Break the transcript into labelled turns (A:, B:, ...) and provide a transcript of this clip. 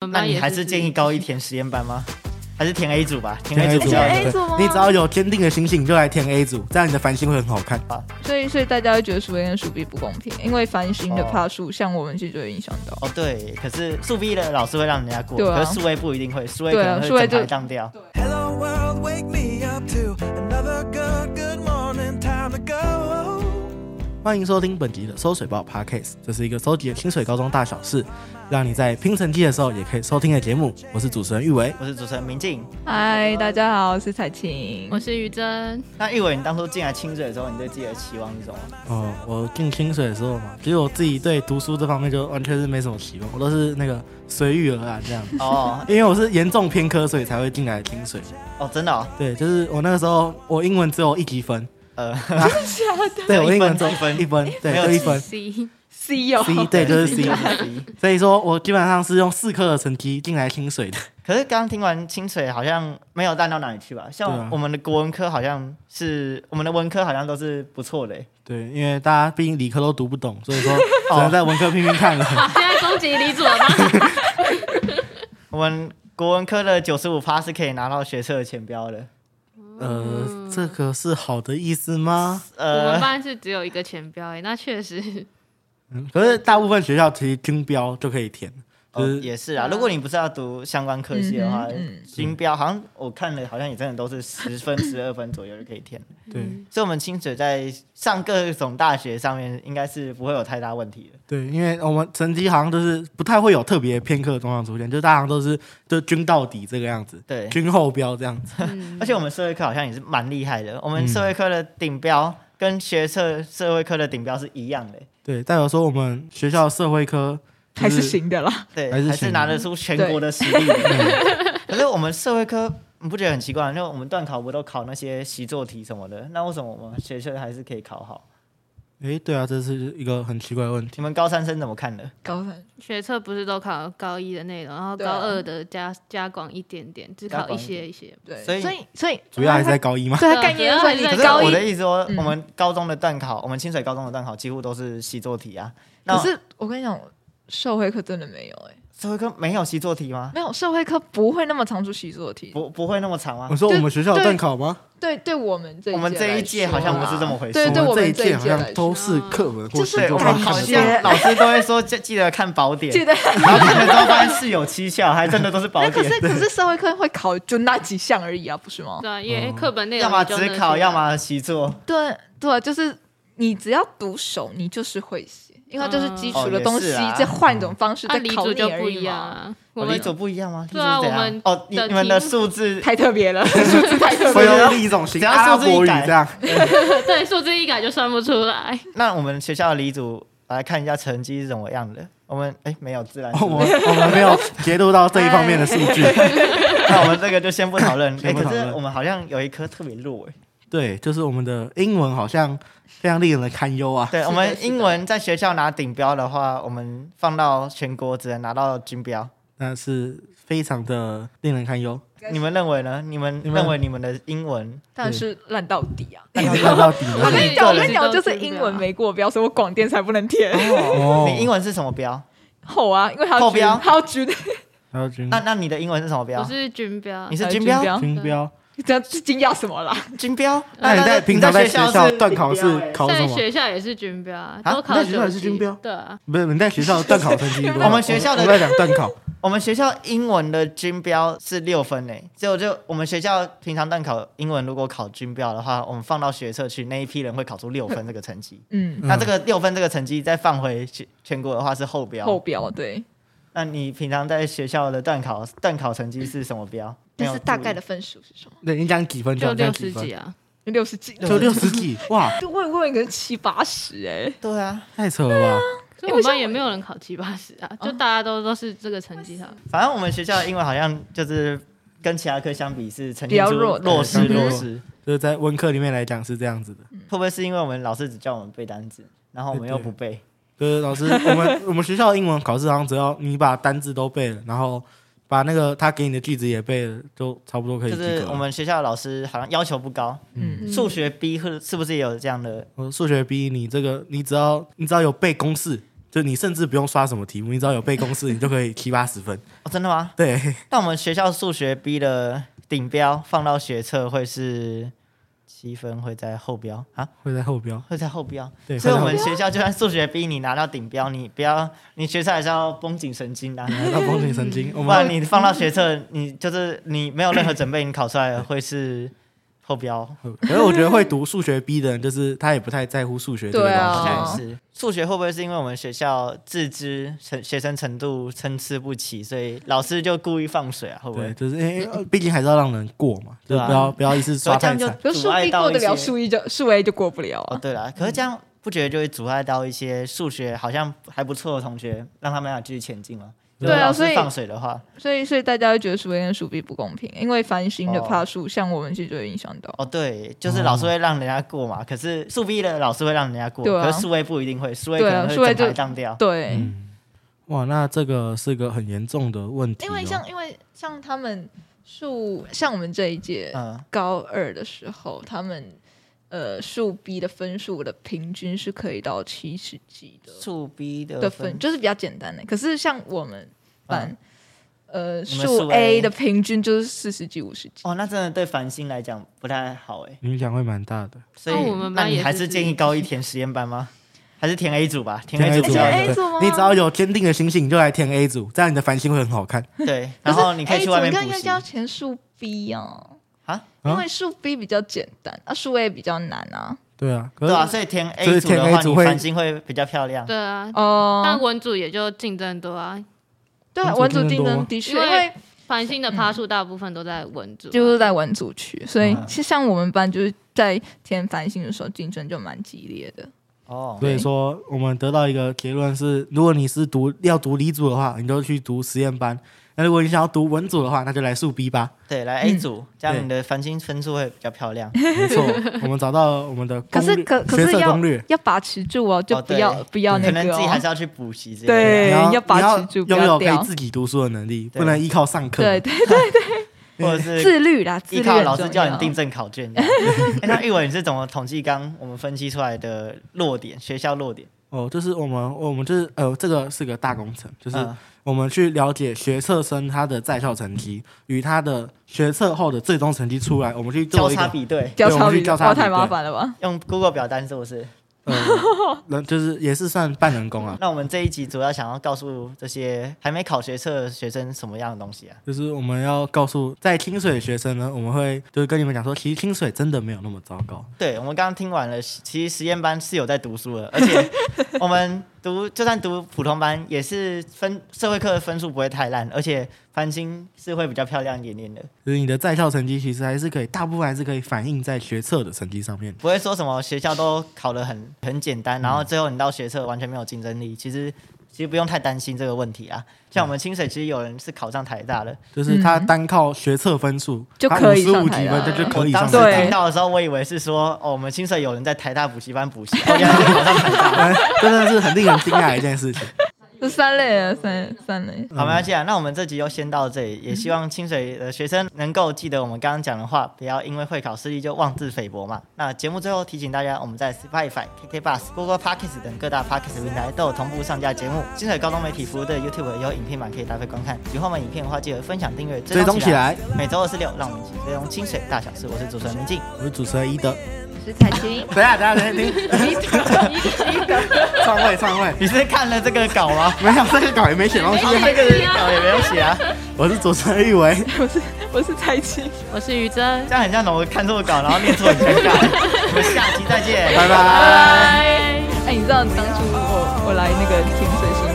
A: 我们
B: 那
A: 班也
B: 你还是建议高一填实验班吗？还是填 A 组吧，填 A 组
C: 啊
B: 比较
A: 填哎 A
B: 有
A: 组吗
C: 你只要有坚定的心性，你就来填 A 组，这样你的繁星会很好看。
D: 所以所以大家会觉得数 A 跟数 B 不公平，因为繁星的
B: 哦
D: 帕数，像我们系就会影响到。
B: 哦，对，可是数 B 的老师会让人家过，
D: 对啊
B: 可是数 A 不一定会，数 A 可
D: 对啊
B: 能
D: 数 A
B: 会
D: 就
B: 整排当掉。
E: Hello world, wake me up to another good, good morning, time to go.
C: 欢迎收听本集的收水报 Podcast，这是一个收集的清水高中大小事，让你在拼成绩的时候也可以收听的节目。我是主持人玉维，
B: 我是主持人明静。
D: 嗨，大家好，我是彩晴。
A: 我是于真，
B: 那玉伟，你当初进来清水的时候，你对自己的期望是什么？
C: 哦，我进清水的时候嘛，其实我自己对读书这方面就完全是没什么期望，我都是那个随遇而安这样。
B: 哦
C: 因为我是严重偏科，所以才会进来清水。
B: 哦，真的哦，
C: 对，就是我那个时候我英文只有一级分，
B: 呃，
C: 对我英文只有
B: 一分
C: 一分，对，
B: 没有
C: 就一
B: 几
C: 分。
A: C，
D: C 哦，
B: E
C: C 对，就是 C，
B: C。
C: 所以说我基本上是用四科的成绩进来清水的。
B: 可是刚刚听完清水好像没有淡到哪里去吧？
C: 对啊
B: 像我们的国文科好像是我们的文科好像都是不错的欸。
C: 对，因为大家毕竟理科都读不懂，所以说只
D: 哦
C: 能在文科拼拼 看了。
A: 现在攻击李主了吗？
B: 我们国文科的九十五趴是可以拿到学测的前标的。
D: 嗯
C: 呃，这个是好的意思吗？
A: 我们
B: 呃，
A: 班是只有一个前标欸诶，那确实
C: 嗯可是大部分学校其实均标就可以填，就
B: 哦
C: 是
B: 也是啊。如果你不是要读相关科系的话
D: 嗯，
B: 均标好像我看了，好像也真的都是十分、十二分左右就可以填。
D: 嗯
C: 对
B: 所以，我们清水在上各种大学上面应该是不会有太大问题的。
C: 对，因为我们成绩好像就是不太会有特别偏科的状况出现，就是大家好像都是就均到底这个样子，
B: 对，
C: 均后标这样子。
B: 而且我们社会科好像也是蛮厉害的。我们社会科的顶标跟学测社会科的顶标是一样的欸。
C: 对，代表说我们学校社会科就
D: 还是行的啦。
B: 对，
C: 还是
B: 还是
C: 全
B: 拿得出全国的实力的。 可是我们社会科，你不觉得很奇怪？就我们段考不都考那些习作题什么的，那为什么我们学校还是可以考好？
C: 诶，对啊，这是一个很奇怪的问题。
B: 你们高三生怎么看的？
D: 高三
A: 学测不是都考高一的内容，然后
D: 对啊
A: 高二的加加广一点点，只
B: 加
A: 考
B: 广
A: 一
B: 一点
A: 些一些。
D: 对，
B: 所以
D: 所以所以
C: 主要还是在高一嘛。
D: 对
A: 对
D: 它概念
A: 主要
D: 就是
A: 还
D: 你
A: 是
B: 可
A: 在高
B: 是
A: 一
B: 我的意思说，
D: 嗯
B: 我们高中的段考，我们清水高中的段考几乎都是习作题啊。那
D: 可是我跟你讲，社会课真的没有哎、
B: 社会科没有习作题吗？
D: 没有社会课不会那么常出习作题。
B: 不，不会那么长吗
C: 我？说我们学校有
D: 对
C: 段考吗？
D: 对，对我们这
B: 我们这一届好像不是这么回事。
D: 对对
C: 我
D: 我
C: 们
D: 们
C: 这一届
D: 这一
C: 好
D: 届
C: 像
D: 来
C: 都
A: 说
C: 是课文或
D: 就是
C: 习作
B: 我
C: 吧
B: 们好
D: 感觉
B: 像老师都会说记记得看宝典，
D: 记得。
B: 然后看了之后发现是有蹊跷，还真的都是宝
D: 那
B: 典。
D: 可是可是社会课会考就那几项而已啊，不是吗？
A: 对啊，因为课本内容
B: 哦要么
A: 你就啊能
B: 只考，
A: 学
B: 要
A: 到
B: 么习作。
D: 对对，就是你只要读熟，你就是会写，因为它就是基础的东西
B: 哦也是啊，
D: 再换一种方式
A: 啊，
D: 再
A: 理
D: 考
A: 组
D: 你
A: 就
D: 而
A: 不
D: 已
A: 一样
D: 嘛。
A: 啊。我
B: 我们
A: 们
B: 组不一样吗？
A: 对啊
B: 立组怎样
A: 我们
B: 哦，你
A: 的
B: 你们的
A: 题目
B: 数字
D: 太特 别了，数字太特
C: 会
D: 别了。
C: 用另一种形
B: 只要
C: 阿拉
B: 数字一
C: 伯语
B: 改
C: 这样。
A: 对数字一改就算不出 来，
B: 那我们学校的理组来看一下成绩是怎么样的。我们哎没有自然
C: 哦我
B: 组，
C: 们我们没有截录到这一方面的数据。
B: 那我们这个就先不讨论。哎，
C: 先不
B: 可
C: 讨论
B: 是我们好像有一科特别弱哎。
C: 对，就是我们的英文好像非常令人的堪忧啊。
B: 对，
D: 的
B: 我们英文在学校拿顶标的话，我们放到全国只能拿到军标。
C: 那是非常的令人堪忧。
B: 你们认为呢？你们
C: 你们
B: 认为你们的英文
D: 但是烂到底啊！
C: 那要到底
B: 嗯
A: 我
D: 我
A: 跟
D: 跟
A: 你
D: 你
A: 讲
D: 讲，
A: 我
D: 我
A: 跟
D: 跟
A: 你
D: 你
A: 讲
D: 讲，
A: 就
D: 就是是
A: 英
D: 英
A: 文
D: 文
A: 没
D: 没过标，所以我广电才不能填。
C: 哦
B: 你英文是什么标？
D: 后啊，因为他
B: 后标
D: 他要举的，
C: 还有军
B: 那那你的英文是什么
A: 我
B: 标？
A: 是军标
B: 啊
A: 啊
B: 你，是
D: 呃
B: 军标
D: 军标
C: 军标。
D: 你这样是惊讶什么啦？
B: 军标？
C: 那你在平常在
B: 在
C: 学校
B: 是
C: 段考
B: 顶标
C: 试
B: 哎
C: 考什
A: 在
C: 么？
A: 学校也是军标啊，
B: 啊
A: 都考
C: 你在学校也
A: 九
C: 是
A: 级
C: 军标
A: 对啊，
C: 不是你在学校段考成绩多少？
B: 我们学校的
C: 我们在讲段考，
B: 我们学校英文的军标是六分诶，所以我就我们学校平常段考英文如果考军标的话，我们放到学测去，那一批人会考出六分这个成绩。
D: 嗯，
B: 那这个六分这个成绩再放回全全国的话是后标。
D: 后标对，
B: 那你平常在学校的段考段考成绩是什么标？
D: 但是大概
B: 的
D: 的分数是什么？
C: 对你讲几分
A: 就
C: 就
A: 六
C: 讲
A: 十
C: 几分
A: 几，啊，
D: 六十几，
C: 就六十几，哇，
D: 就问问可能七八十哎，
B: 对啊，
C: 太扯了吧！
A: 所以我们班也没有人考七八十啊，就大家都都是这个成绩上。
B: 反正我们学校的英文好像就是跟其他科相比是呈
D: 比
B: 现
D: 较
B: 出
D: 弱的
B: 弱势
C: 嗯
B: 弱势。
C: 就是在文科里面来讲是这样子的，
B: 会不会是因为我们老师只叫我们背单词，然后我们又不背？
C: 就是老师， 我们我们学校的英文考试好像只要你把单字都背了，然后把那个他给你的句子也背了，就差不多可以
B: 就
C: 及格
B: 是
C: 了。
B: 我们学校的老师好像要求不高，
D: 嗯，
A: 嗯
B: 数学 B 是是不是也有这样的？
C: 我数学 B，你这个你只要你只要有背公式，就你甚至不用刷什么题目，你只要有背公式，你就可以 七八十分。
B: 哦，真的吗？
C: 对，
B: 那我们学校数学 B 的顶标放到学测会是七分，会在后标啊，
C: 会在 后标。
B: 会在后标。
C: 对
B: 所以
C: 会
B: 我
C: 在
B: 们
C: 后
B: 学校就算数学 B 你拿到顶标，你不要你学测还是要绷紧神经的、啊。
C: 来到风景神 经，我
B: 不然
C: 们
B: 你放到学测，你就是你没有任何准备，你考出来会是后标。
C: 可是我觉得会读数学 B 的人，就是他也不太在乎数学这个
D: 对啊
C: 东
B: 好
C: 西。
B: 像也是数学会不会是因为我们学校自知成学生程度参差不齐，所以老师就故意放水啊？会不
C: 对，
B: 会？
C: 就是因为呃毕竟还是要让人过嘛，就
B: 对
C: 是
B: 啊
C: 不要不要一次
B: 所以
C: 刷
B: 这
C: 太
B: 样就
C: 惨。嗯
D: 可是
B: 阻
D: 数
B: 碍
D: B 过
B: 到一
D: 得了，
B: 些。
D: 数 E 就数 A 就过不了
B: 哦，
D: 啊。
B: 对啦，可是这样不觉得就会阻碍到一些数学好像还不错的同学，让他们俩继续前进吗？
D: 对啊
B: 如果老师
D: 所以
B: 放水的话，
D: 所以所以大家会觉得数 A 跟数 B 不公平，因为繁星的
B: 哦
D: 帕数，像我们其实就会影响到。
B: 哦，对，就是老师会让人家过嘛，可是数 B 的老师会让人家过，
D: 对啊
B: 可是数 A 不一定会，数 A 可
D: 对啊
B: 能
D: 数 A
B: 会整排
D: 就
B: 当掉。
D: 对，
B: 嗯
C: 哇，那这个是个很严重的问题哦、
D: 因为像因为像他们数像我们这一届
B: 嗯，
D: 高二的时候，他们呃数 B 的分数的平均是可以到七十几的
B: 数 B 的啊
D: 的分，就是比较简单的。可是像我们班。呃，
B: 你们
D: 数
B: 数 A
D: A 的平均就是四十几、五十几，
B: 哦，那真的对繁星来讲不太好哎。
C: 影响会蛮大的。
B: 所以、
A: 哦那我们
B: 那
A: 班
B: 你
A: 也
B: 还
A: 是
B: 是
A: 自
B: 建议
A: 己
B: 高一填实验班吗？还是填 A 组吧，填
C: 填
B: A 组比
C: 组
B: 较
C: 啊，
B: 有
D: 填 A 组吗
C: 对你只要有坚定的心性，你就来填 A 组，这样你的繁星会很好看。
B: 对，然后你可以去外面
D: 更
B: 补
D: 应
B: 习
D: 该要填数 B 啊，
B: 啊，
C: 啊
D: 因为数 B 比较简单，啊数 A 比较难啊。
C: 对啊，可
B: 对
C: 是
B: 啊，所以填
C: 所
B: A
C: 以
B: 组
C: 填
B: 的
C: A
B: 话，
C: 组
B: 你
C: 会
B: 繁星会比较漂亮。
A: 对啊，但
D: 哦，
A: 文组也就竞争多啊，
D: 对啊，
C: 文
D: 文
C: 组
D: 组
C: 竞争
D: 竞
C: 多吗
D: 争的确，
A: 因为
D: 因为
A: 繁星的趴数大部分都在文组，啊
D: 就是在文组区，所以
C: 啊
B: 嗯
D: 其实像我们班就是在填繁星的时候竞争就蛮激烈的。
B: 哦，
C: 所以说，我们得到一个结论是：如果你是读要读理组的话，你就去读实验班；那如果你想要读文组的话，那就来数 B 吧。
B: 对，
D: 嗯
B: 来 A 组，这
C: 对
B: 样你的繁星分数会比较漂亮。
C: 没错，我们找到我们的
D: 可
C: 攻
D: 是
C: 略
D: 可可
C: 学
D: 是
C: 测
D: 要
C: 攻略。
D: 要把持住哦，就
B: 哦
D: 不要
B: 对
D: 不 要那
B: 可能
D: 个
B: 自己还是
D: 哦。
B: 要去补习之类的。
D: 对
C: 你要
D: 要把持住
C: 你要
D: 不
C: 拥
D: 要
C: 有可
D: 掉
C: 以自己读书的能力，
B: 对
C: 不能依靠上课。
D: 对对，
B: 或者是
D: 自律啦，
B: 嗯
D: 自
B: 依
D: 律
B: 靠
D: 很
B: 老师
D: 重
B: 叫你
D: 要
B: 订正考卷 这样。哎那玉文你是怎么统计刚我们分析出来的落点？学校落点
C: 哦，就是我们我们就是呃，这个是个大工程，就是
B: 嗯
C: 我们去了解学测生他的在校成绩与他的学测后的最终成绩出来，我们去
B: 交
C: 做一
B: 叉
C: 个
B: 比对，
D: 交
C: 对我
D: 叉
C: 们去
D: 比
C: 交
D: 较
C: 叉比
D: 太麻
C: 对
D: 烦了吧？
B: 用 Google 表单是不是？
C: 呃，人就是也是算半人工啊，
B: 那我们这一集主要想要告诉这些还没考学测的学生什么样的东西啊？
C: 就是我们要告诉在清水的学生呢，我们会就是跟你们讲说，其实清水真的没有那么糟糕。
B: 对，我们刚刚听完了，其实实验班是有在读书的，而且我们读就算读普通班，也是分社会课的分数不会太烂，而且繁星是会比较漂亮一点点的，
C: 就是你的在校成绩其实还是可以，大部分还是可以反映在学测的成绩上面。
B: 不会说什么学校都考得很很简单，然后最后你到学测完全没有竞争力，其实。其实不用太担心这个问题啊，像我们清水其实有人是考上台大的，
C: 就是他单靠学测分数，
D: 就
C: 他
D: 可以
C: 五十
D: 上
C: 五
D: 台
C: 几分，
D: 了
C: 这就可以
B: 当
C: 上
B: 时
C: 台
D: 对
C: 了
B: 听到的时候，我以为是说哦，我们清水有人在台大补习班补习，哦原来是考上台大。
C: 哎真的是很令人惊讶的一件事情。
D: 这三类啊，三三类。
B: 好，没关系啊。那我们这集就先到这里，也希望清水的学生能够记得我们刚刚讲的话，不要因为会考失利就妄自菲薄嘛。那节目最后提醒大家，我们在 Spotify、KK Bus、Google Podcast 等各大 Podcast 平台都有同步上架节目。清水高中媒体服务队 YouTube 有影片版可以搭配观看。喜欢我们影片的话，记得分享、订阅、
C: 追踪起
B: 起来。
C: 来，
B: 每周二、四、六，让我们一起追踪清水大小事。我是主持人明静，
C: 我是主持人一德。
D: 我是彩琴，
C: 等一
B: 啊
C: 下，等一下，等一 下，听，篡位，篡位，
B: 你是看了这个稿吗？
C: 没有这个稿也没写东 西。啊
B: 这个稿也没有写啊，
C: 我是主持人玉维，
D: 我是我是彩琴，
A: 我是于真
B: 这，样很像我看错稿，然后念错很尴 尬。我们下期再见，
C: 拜
D: 拜
C: 拜。
D: 拜。哎，你知道当初我我来那个清水是